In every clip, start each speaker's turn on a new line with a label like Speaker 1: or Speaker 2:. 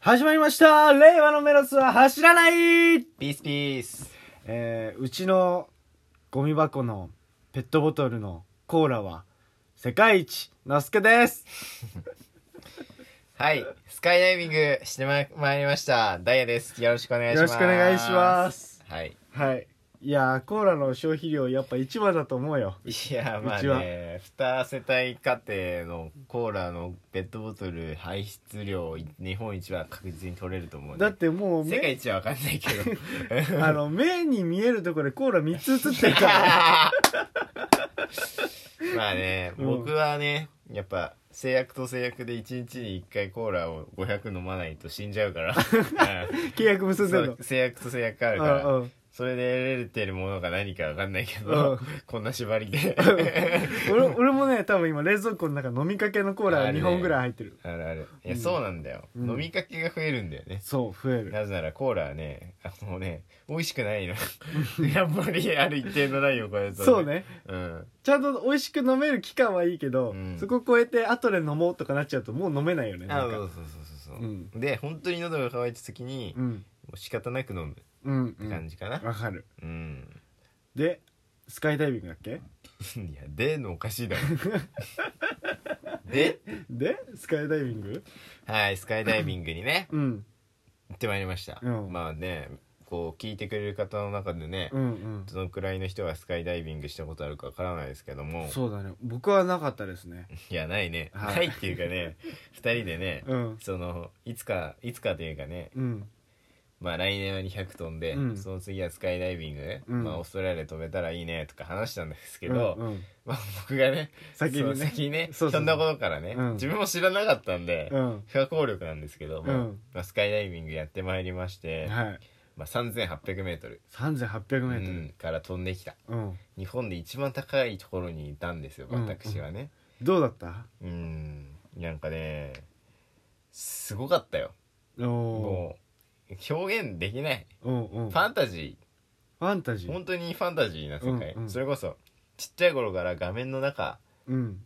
Speaker 1: 始まりました令和のメロスは走らない
Speaker 2: ピースピース
Speaker 1: えー、うちのゴミ箱のペットボトルのコーラは世界一のすけです
Speaker 2: はいスカイダイビングしてままいりましたダイヤですよろしくお願いします
Speaker 1: よろしくお願いします
Speaker 2: はい
Speaker 1: はいいやーコーラの消費量やっぱ一番だと思うよ
Speaker 2: いやまあ
Speaker 1: うちは
Speaker 2: ね2世帯家庭のコーラのペットボトル排出量日本一は確実に取れると思う、ね、
Speaker 1: だってもう
Speaker 2: 世界
Speaker 1: 目
Speaker 2: 一は分かんないけ ど
Speaker 1: あの目に見えるところでコーラ3つ映ってるから
Speaker 2: まあね、
Speaker 1: うん
Speaker 2: 僕はねやっぱ制約と制約で1日に1回コーラを500飲まないと死んじゃうから うん
Speaker 1: 契約結んで
Speaker 2: そ
Speaker 1: るの
Speaker 2: う制約と制約がある
Speaker 1: う
Speaker 2: から
Speaker 1: んうん
Speaker 2: それで得れてるものが何かわかんないけ
Speaker 1: うん
Speaker 2: ど、こんな縛りで。
Speaker 1: 俺俺もね多分今冷蔵庫の中飲みかけのコーラが2本ぐらい入ってる
Speaker 2: あるある。いや、
Speaker 1: うん
Speaker 2: そうなんだよ。
Speaker 1: うん
Speaker 2: 飲みかけが増えるんだよね。
Speaker 1: そう増える
Speaker 2: なぜならコーラはね、あのね、美味しくないの。やっぱりある一定のラインを超えると。
Speaker 1: そう。ね
Speaker 2: うん。
Speaker 1: ちゃんと美味しく飲める期間はいいけど、
Speaker 2: うん
Speaker 1: そこ超えて後で飲もうとかなっちゃうともう飲めないよね
Speaker 2: あ
Speaker 1: な
Speaker 2: そ
Speaker 1: ん
Speaker 2: う
Speaker 1: か
Speaker 2: そうそうそうそうう。で、本当に喉が渇いた時に、
Speaker 1: う
Speaker 2: も
Speaker 1: ん
Speaker 2: う仕方なく飲むっ
Speaker 1: うんう
Speaker 2: て感
Speaker 1: ん
Speaker 2: じかな。
Speaker 1: わかる
Speaker 2: うん。
Speaker 1: でスカイダイビングだっけ
Speaker 2: いや、でのおかしいだろ。で
Speaker 1: でスカイダイビング
Speaker 2: はい、スカイダイビングにね、
Speaker 1: うん
Speaker 2: 行ってまいりました。
Speaker 1: うん
Speaker 2: まあね、こう、聞いてくれる方の中でね、
Speaker 1: うんうん
Speaker 2: どのくらいの人がスカイダイビングしたことあるかわからないですけども
Speaker 1: そうだね僕はなかったですね
Speaker 2: いやないね、
Speaker 1: はい
Speaker 2: ないっていうか ね2人でね、
Speaker 1: うん
Speaker 2: そのいつかいつかというかね
Speaker 1: うん
Speaker 2: まあ来年は200飛んで、
Speaker 1: うん
Speaker 2: その次はスカイダイビング、
Speaker 1: うん
Speaker 2: まあ、オーストラリアで飛べたらいいねとか話したんですけど、
Speaker 1: うんうん
Speaker 2: まあ僕がね
Speaker 1: 先にね
Speaker 2: そう先にね
Speaker 1: そうそう
Speaker 2: ひょんなことからね、
Speaker 1: うん
Speaker 2: 自分も知らなかったんで、
Speaker 1: うん
Speaker 2: 不可抗力なんですけども、
Speaker 1: うん
Speaker 2: まあ、スカイダイビングやってまいりまして、
Speaker 1: はい
Speaker 2: まあ、3800m、う
Speaker 1: 3800m
Speaker 2: ん、から飛んできた
Speaker 1: うん、
Speaker 2: 日本で一番高いところにいたんですよ
Speaker 1: うん
Speaker 2: 私はね
Speaker 1: どうだった
Speaker 2: うんなんかねすごかったよ
Speaker 1: おお
Speaker 2: もう表現できない
Speaker 1: ーうんうん
Speaker 2: ファンタジ
Speaker 1: ファンタジ
Speaker 2: ー
Speaker 1: ー
Speaker 2: 本当にファンタジーな世界、
Speaker 1: うんうん
Speaker 2: それこそちっちゃい頃から画面の中
Speaker 1: うん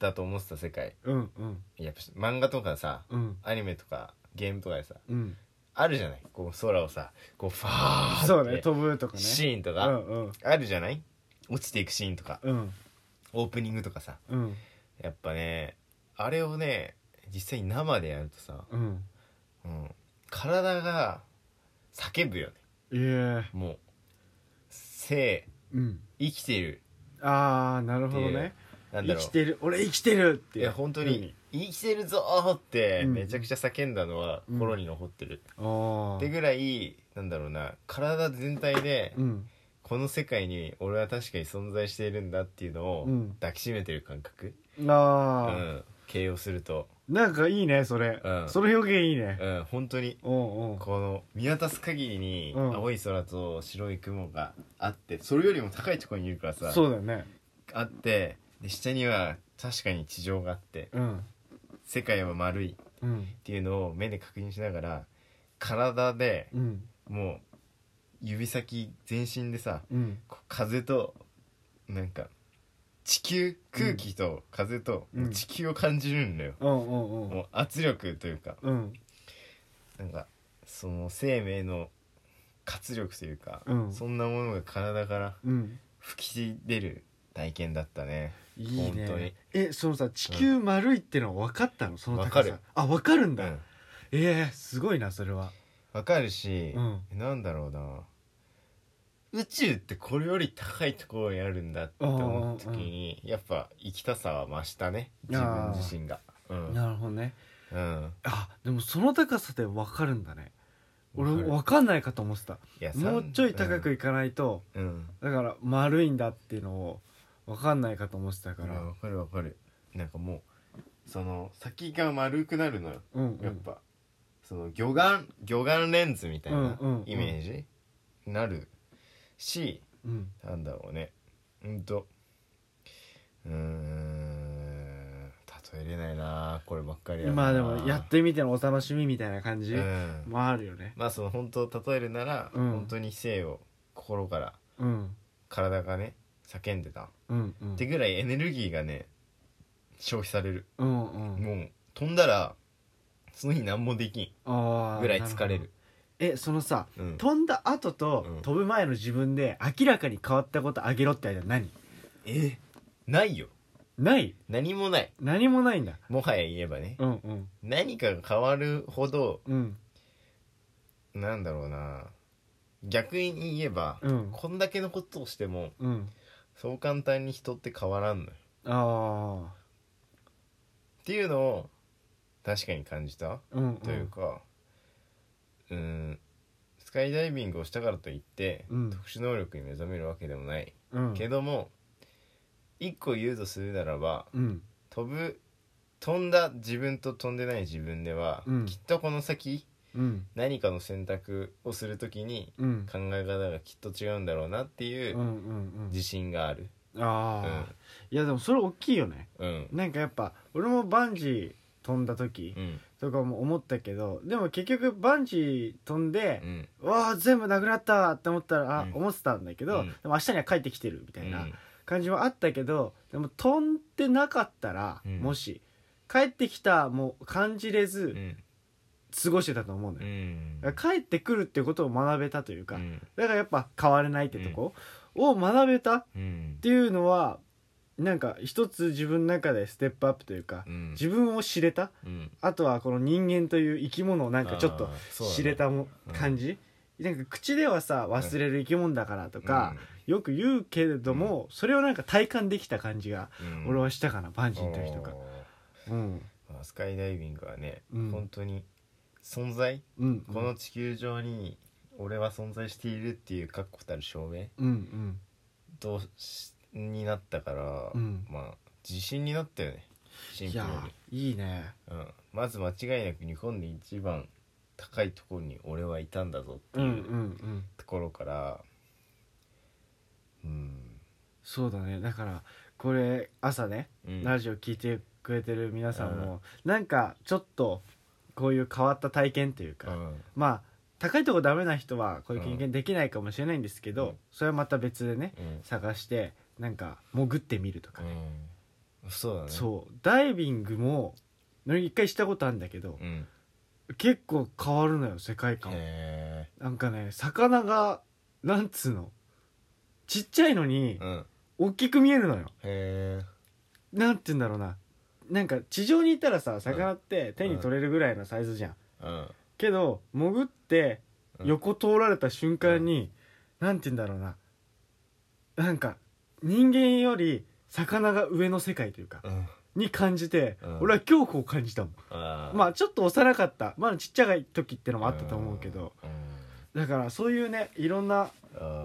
Speaker 2: だと思ってた世界
Speaker 1: うんうん
Speaker 2: やっぱ漫画とかさ
Speaker 1: うん
Speaker 2: アニメとかゲームとかでさ
Speaker 1: うん
Speaker 2: あるじゃないこう空をさこうファーって
Speaker 1: そうね飛ぶとかね
Speaker 2: シーンと
Speaker 1: う
Speaker 2: か
Speaker 1: んうん
Speaker 2: あるじゃない落ちていくシーンとか
Speaker 1: うん
Speaker 2: オープニングとかさ
Speaker 1: うん
Speaker 2: やっぱねあれをね実際に生でやるとさ、
Speaker 1: うん
Speaker 2: うん、体が叫ぶよね
Speaker 1: いえ
Speaker 2: もう生
Speaker 1: うん
Speaker 2: 生きてる
Speaker 1: ああなるほど
Speaker 2: ってい
Speaker 1: ね
Speaker 2: うなん
Speaker 1: 生
Speaker 2: だろう
Speaker 1: きてる俺生きてるって
Speaker 2: い
Speaker 1: いう
Speaker 2: や本当に生きてるぞーって
Speaker 1: うん
Speaker 2: めちゃくちゃ叫んだのは
Speaker 1: うん
Speaker 2: 心に残ってる、
Speaker 1: ああ
Speaker 2: ってぐらいなんだろうな体全体で
Speaker 1: うん
Speaker 2: この世界に俺は確かに存在しているんだっていうのを
Speaker 1: うん
Speaker 2: 抱きしめてる感覚、う
Speaker 1: ああ、
Speaker 2: ん、形容すると、
Speaker 1: なんかいいねそれ、
Speaker 2: うん
Speaker 1: その表現いいね
Speaker 2: うん、本当に
Speaker 1: うんうん
Speaker 2: この見渡す限りに
Speaker 1: うん
Speaker 2: 青い空と白い雲があってそれよりも高いところにいるからさ
Speaker 1: そうだよね
Speaker 2: あってで下には確かに地上があって
Speaker 1: うん
Speaker 2: 世界は丸いっ
Speaker 1: うん
Speaker 2: ていうのを目で確認しながら体で
Speaker 1: うん
Speaker 2: もう指先全身でさ
Speaker 1: うん
Speaker 2: こう風となんか地球空気と風と
Speaker 1: うん
Speaker 2: もう地球を感じるんだよ、
Speaker 1: うんうんうん
Speaker 2: もう圧力というか
Speaker 1: うん
Speaker 2: なんかその生命の活力というか、
Speaker 1: うん
Speaker 2: そんなものが体から
Speaker 1: うん
Speaker 2: 吹き出る体験だったね
Speaker 1: いい
Speaker 2: 本当に
Speaker 1: ねえそのさ地球丸いってのは分かったのその高さ
Speaker 2: わかる
Speaker 1: あ分かるん
Speaker 2: う
Speaker 1: だ、
Speaker 2: ん
Speaker 1: ええすごいなそれは
Speaker 2: わかるし、
Speaker 1: うん
Speaker 2: なんだろうな宇宙ってこれより高いところにあるんだって思った時にやっぱ生きたさは増したね自分自身がうん、
Speaker 1: なるほどね
Speaker 2: うん、
Speaker 1: あでもその高さで分かるんだね俺
Speaker 2: わかる
Speaker 1: 分かんないかと思ってた
Speaker 2: いやさん
Speaker 1: もうちょい高くいかないと、
Speaker 2: うん、うん
Speaker 1: だから丸いんだっていうのを分かんないかと思ってたか
Speaker 2: いや
Speaker 1: ら
Speaker 2: わかるわかるなんかもうその先が丸くなるのよ
Speaker 1: うんう
Speaker 2: やっ
Speaker 1: ん
Speaker 2: ぱ、その魚眼魚眼レンズみたいな
Speaker 1: うんうんうん
Speaker 2: イメージになるし、
Speaker 1: うん
Speaker 2: なんだろうねうんとうーん例えれないなこればっかりやな
Speaker 1: まあでもやってみてのお楽しみみたいな感じ
Speaker 2: うん
Speaker 1: もあるよね
Speaker 2: まあその本当例えるなら、
Speaker 1: うん
Speaker 2: 本当に生を心から
Speaker 1: うん
Speaker 2: 体がね叫んでた、っ
Speaker 1: うんうん
Speaker 2: てぐらいエネルギーがね消費される、
Speaker 1: うんうん
Speaker 2: もう飛んだらその日何もできん
Speaker 1: あー
Speaker 2: ぐらい疲れる
Speaker 1: えそのさ
Speaker 2: うん
Speaker 1: 飛んだ後と
Speaker 2: うん
Speaker 1: 飛ぶ前の自分で明らかに変わったことあげろって間何
Speaker 2: えないよ
Speaker 1: ない
Speaker 2: 何もない
Speaker 1: 何もないんだ
Speaker 2: もはや言えばね
Speaker 1: うんうん
Speaker 2: 何かが変わるほど
Speaker 1: うん
Speaker 2: なんだろうな逆に言えば、
Speaker 1: うん
Speaker 2: こんだけのことをしても
Speaker 1: うん
Speaker 2: そう簡単に人って変わらんのよ
Speaker 1: ああ
Speaker 2: っていうのを確かに感じた
Speaker 1: うんうん
Speaker 2: というかうんスカイダイビングをしたからといって、
Speaker 1: うん
Speaker 2: 特殊能力に目覚めるわけでもない
Speaker 1: うん
Speaker 2: けども、一個言うとするならば
Speaker 1: うん
Speaker 2: 飛ぶ飛んだ自分と飛んでない自分では、
Speaker 1: うん
Speaker 2: きっとこの先
Speaker 1: うん
Speaker 2: 何かの選択をするときに
Speaker 1: うん
Speaker 2: 考え方がきっと違うんだろうなってい
Speaker 1: うんう
Speaker 2: うん自信がある。
Speaker 1: うんああいやでもそれ大きいよね
Speaker 2: うん、
Speaker 1: なんかやっぱ俺もバンジー飛んだ時
Speaker 2: うん、
Speaker 1: とかも思ったけどでも結局バンジー飛んで
Speaker 2: うん、
Speaker 1: わあ全部なくなったって思ったらあ
Speaker 2: うん
Speaker 1: 思ってたんだけどで
Speaker 2: うん
Speaker 1: も明日には帰ってきてるみた
Speaker 2: う、
Speaker 1: いなん感じはあったけどでも飛んでなかったら
Speaker 2: うん
Speaker 1: もし帰ってきたも感じれ
Speaker 2: う
Speaker 1: ず
Speaker 2: ん、
Speaker 1: 過ごしてたと思うの
Speaker 2: う
Speaker 1: よ
Speaker 2: ん、
Speaker 1: だから帰ってくるってことを学べたというか
Speaker 2: うん、
Speaker 1: だからやっぱ変われないってとこを学べたっ
Speaker 2: うん、
Speaker 1: ていうのはなんか一つ自分の中でステップアップというか
Speaker 2: うん、
Speaker 1: 自分を知れた
Speaker 2: うん、
Speaker 1: あとはこの人間という生き物をなんかちょっと
Speaker 2: あーそうだね
Speaker 1: 知れたも
Speaker 2: うん
Speaker 1: 感じ、なんか口ではさ忘れる生き物だからとか、よく言うけれども、それをなんか体感できた感じが
Speaker 2: うん、
Speaker 1: 俺はしたかな、バンジーの時とか
Speaker 2: おー。
Speaker 1: うん、
Speaker 2: まあスカイダイビングはね、
Speaker 1: うん
Speaker 2: 本当に存在、
Speaker 1: うん、
Speaker 2: この地球上に俺は存在しているっていう確固たる証明
Speaker 1: うんうん
Speaker 2: としになったから、
Speaker 1: うん
Speaker 2: まあ自信になったよねシン
Speaker 1: い
Speaker 2: プル
Speaker 1: や
Speaker 2: に、
Speaker 1: いいね
Speaker 2: うん、まず間違いなく日本で一番高いところに俺はいたんだぞって
Speaker 1: うん
Speaker 2: い
Speaker 1: うん
Speaker 2: う
Speaker 1: うん
Speaker 2: ところからうん、
Speaker 1: そうだねだからこれ朝ね、
Speaker 2: うん
Speaker 1: ラジオ聞いてくれてる皆さんも、なんかちょっとこういう変わった体験というか、
Speaker 2: うん
Speaker 1: まあ高いとこダメな人はこういう経験できないかもしれないんですけど、
Speaker 2: うん
Speaker 1: それはまた別でね
Speaker 2: うん
Speaker 1: 探してなんか潜ってみるとかね、
Speaker 2: うんそうだね
Speaker 1: そうダイビングも一回したことあるんだけど、
Speaker 2: うん、
Speaker 1: 結構変わるのよ世界観、
Speaker 2: へ
Speaker 1: なんかね魚がなんつうのちっちゃいのに
Speaker 2: え、うん、
Speaker 1: 大きく見えるのよ
Speaker 2: へえ
Speaker 1: なんて言うんだろうななんか地上にいたらさ魚って手に取れるぐらいのサイズじゃん、
Speaker 2: うん
Speaker 1: けど潜って
Speaker 2: うん
Speaker 1: 横通られた瞬間に、なんて言うんだろうななんか人間より魚が上の世界というか、
Speaker 2: うん
Speaker 1: に感じて、
Speaker 2: うん
Speaker 1: 俺は恐怖を感じたもん、
Speaker 2: あ
Speaker 1: ま
Speaker 2: あ
Speaker 1: あちょっと幼かったまだちっちゃい時ってのもあったと思うけど、だからそういうねいろんな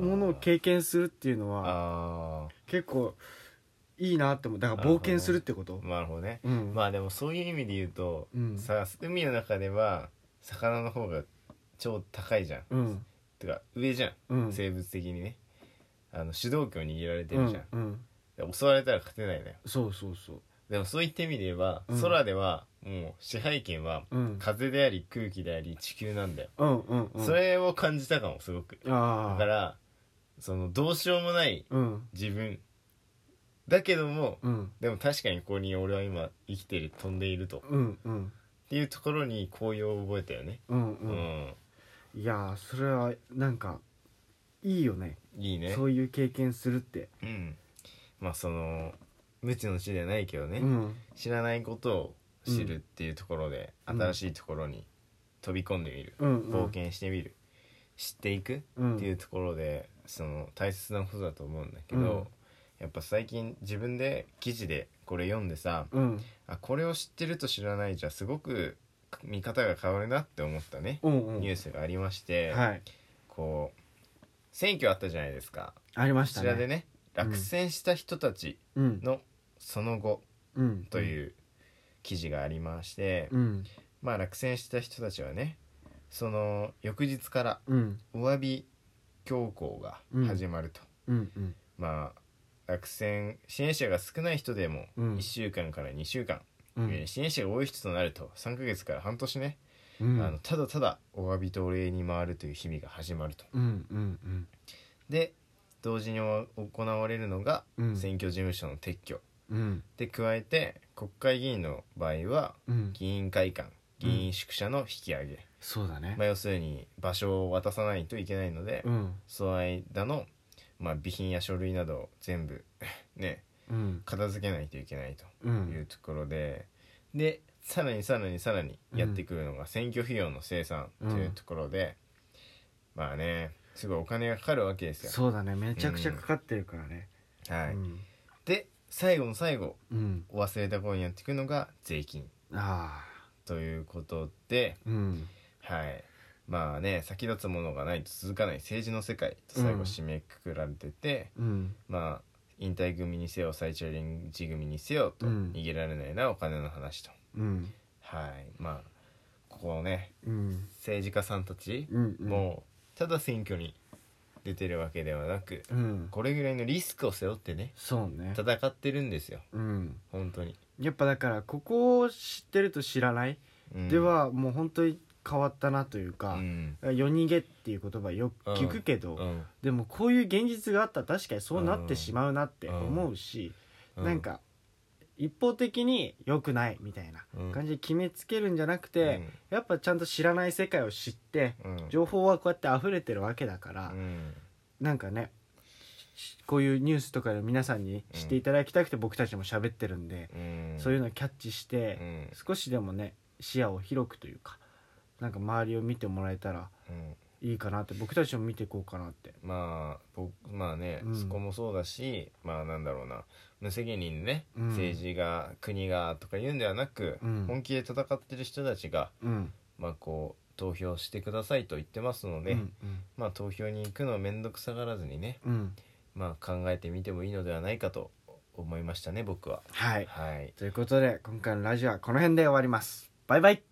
Speaker 1: ものを
Speaker 2: 験
Speaker 1: 経験するっていうのは
Speaker 2: あ
Speaker 1: 結構いいなって思うだから冒険するってこと
Speaker 2: ーなるほどね
Speaker 1: うん
Speaker 2: まあでもそういう意味で言うと、
Speaker 1: うん
Speaker 2: さ海の中では魚の方が超高いじゃん、
Speaker 1: うん
Speaker 2: てか上じゃん、
Speaker 1: うん
Speaker 2: 生物的にねあの主導権を握られてるじゃん
Speaker 1: うんうん、
Speaker 2: で、襲われたら勝てないのよ
Speaker 1: そうそうそう
Speaker 2: でもそういった意味で言えば、
Speaker 1: うん
Speaker 2: 空ではもう支配権は
Speaker 1: うん
Speaker 2: 風であり空気であり地球なんだよ、
Speaker 1: うんうんうん
Speaker 2: それを感じたかもすごく
Speaker 1: あ
Speaker 2: だ
Speaker 1: あ
Speaker 2: からそのどうしようもない
Speaker 1: うん
Speaker 2: 自分だけども、
Speaker 1: うん
Speaker 2: でも確かにここに俺は今生きてる飛んでいるとっ
Speaker 1: うんうん
Speaker 2: ていうところに高揚を覚えたよね
Speaker 1: うん
Speaker 2: う
Speaker 1: うん
Speaker 2: ん、
Speaker 1: いやーそれはなんかいいよね
Speaker 2: いいね
Speaker 1: そういう経験するって
Speaker 2: うんまあその無知の知じゃないけどね、
Speaker 1: うん
Speaker 2: 知らないことを知るっていうところで、
Speaker 1: うん
Speaker 2: 新しいところに飛び込んでみる、
Speaker 1: うんうん
Speaker 2: 冒険してみる知っていくっ
Speaker 1: うん
Speaker 2: ていうところでその大切なことだと思うんだけど、
Speaker 1: うん
Speaker 2: やっぱ最近自分で記事でこれ読んでさ、
Speaker 1: うん
Speaker 2: あこれを知ってると知らないじゃすごく見方が変わるなって思ったね、
Speaker 1: うんうん
Speaker 2: ニュースがありまして、
Speaker 1: はい
Speaker 2: こう選挙あったじゃないですか
Speaker 1: ありま
Speaker 2: こ
Speaker 1: した
Speaker 2: ち
Speaker 1: ね
Speaker 2: らでね
Speaker 1: うん
Speaker 2: 落選した人たち
Speaker 1: うん
Speaker 2: のその後
Speaker 1: うん
Speaker 2: という記事がありまして、
Speaker 1: うん
Speaker 2: まあ落選した人たちはねその翌日から
Speaker 1: うん
Speaker 2: お詫び強行が始まると、
Speaker 1: うんうん
Speaker 2: まあ落選支援者が少ない人でも
Speaker 1: うん
Speaker 2: 1週間から2週間、
Speaker 1: うん
Speaker 2: えー支援者が多い人となると3ヶ月から半年ね、
Speaker 1: うん
Speaker 2: あのただただお詫びとお礼に回るという日々が始まると
Speaker 1: うんうんうん
Speaker 2: で同時にお行われるのが
Speaker 1: うん
Speaker 2: 選挙事務所の撤去、
Speaker 1: うん
Speaker 2: で加えて国会議員の場合は
Speaker 1: うん
Speaker 2: 議員会館議員宿舎の引き上げ、
Speaker 1: そうだね
Speaker 2: まあ、要するに場所を渡さないといけないので、
Speaker 1: うん
Speaker 2: その間の、まあ、備品や書類などを全部 ね
Speaker 1: うん
Speaker 2: 片付けないといけないと
Speaker 1: う
Speaker 2: いうんところで、でさらにさらにさらにやってくるのが選挙費用の生産というところで、まあねすごいお金がかかるわけですよ。
Speaker 1: そうだねめちゃくちゃかかってるからね
Speaker 2: はい
Speaker 1: うん
Speaker 2: で最後の最後
Speaker 1: うん
Speaker 2: お忘れた頃にやってくるのが税金
Speaker 1: あ
Speaker 2: ということで、
Speaker 1: あうん
Speaker 2: はい、まあね先立つものがないと続かない政治の世界と最後締めくくられてて。
Speaker 1: うん
Speaker 2: まあ引退組にせよ再チャレンジ組にせよと
Speaker 1: うん
Speaker 2: 逃げられないなお金の話と、
Speaker 1: うん
Speaker 2: はいまあここをね
Speaker 1: うん
Speaker 2: 政治家さんたち
Speaker 1: うん
Speaker 2: もうただ選挙に出てるわけではなく
Speaker 1: うん
Speaker 2: これぐらいのリスクを背負ってね
Speaker 1: そうね
Speaker 2: 戦ってるんですよ
Speaker 1: うん
Speaker 2: 本当に、
Speaker 1: やっぱだからここを知ってると知らない
Speaker 2: うん
Speaker 1: ではもう本当に変わったなという
Speaker 2: う
Speaker 1: か
Speaker 2: ん
Speaker 1: 夜逃げっていう言葉よく聞くけど
Speaker 2: うん
Speaker 1: でもこういう現実があったら確かにそうなってしまうなって思うし、
Speaker 2: うん
Speaker 1: なんか一方的に良くないみたいな
Speaker 2: うん
Speaker 1: 感じで決めつけるんじゃなくて、やっぱちゃんと知らない世界を知って
Speaker 2: うんうん
Speaker 1: 情報はこうやって溢れてるわけだから、
Speaker 2: うん
Speaker 1: なんかねしこういうニュースとかで皆さんに知っていただきたくて僕たちも喋ってるんで、
Speaker 2: うん
Speaker 1: そういうのをキャッチし
Speaker 2: う
Speaker 1: て、
Speaker 2: ん
Speaker 1: 少しでもね視野を広くというかなんか周りを見てもらえたら
Speaker 2: うん
Speaker 1: いいかなって僕たちも見ていこうかなって。
Speaker 2: まあ僕まあね、
Speaker 1: うん
Speaker 2: そこもそうだしまあなんだろうな無責任にね、
Speaker 1: うん
Speaker 2: 政治が国がとか言うんではなく、
Speaker 1: うん
Speaker 2: 本気で戦ってる人たちが
Speaker 1: うん
Speaker 2: まあこう投票してくださいと言ってますので、
Speaker 1: うんうん
Speaker 2: まあ投票に行くのを面倒くさがらずにね
Speaker 1: うん、
Speaker 2: まあ考えてみてもいいのではないかと思いましたね僕は。
Speaker 1: はい。
Speaker 2: はい
Speaker 1: ということで、今回のラジオはこの辺で終わります。バイバイ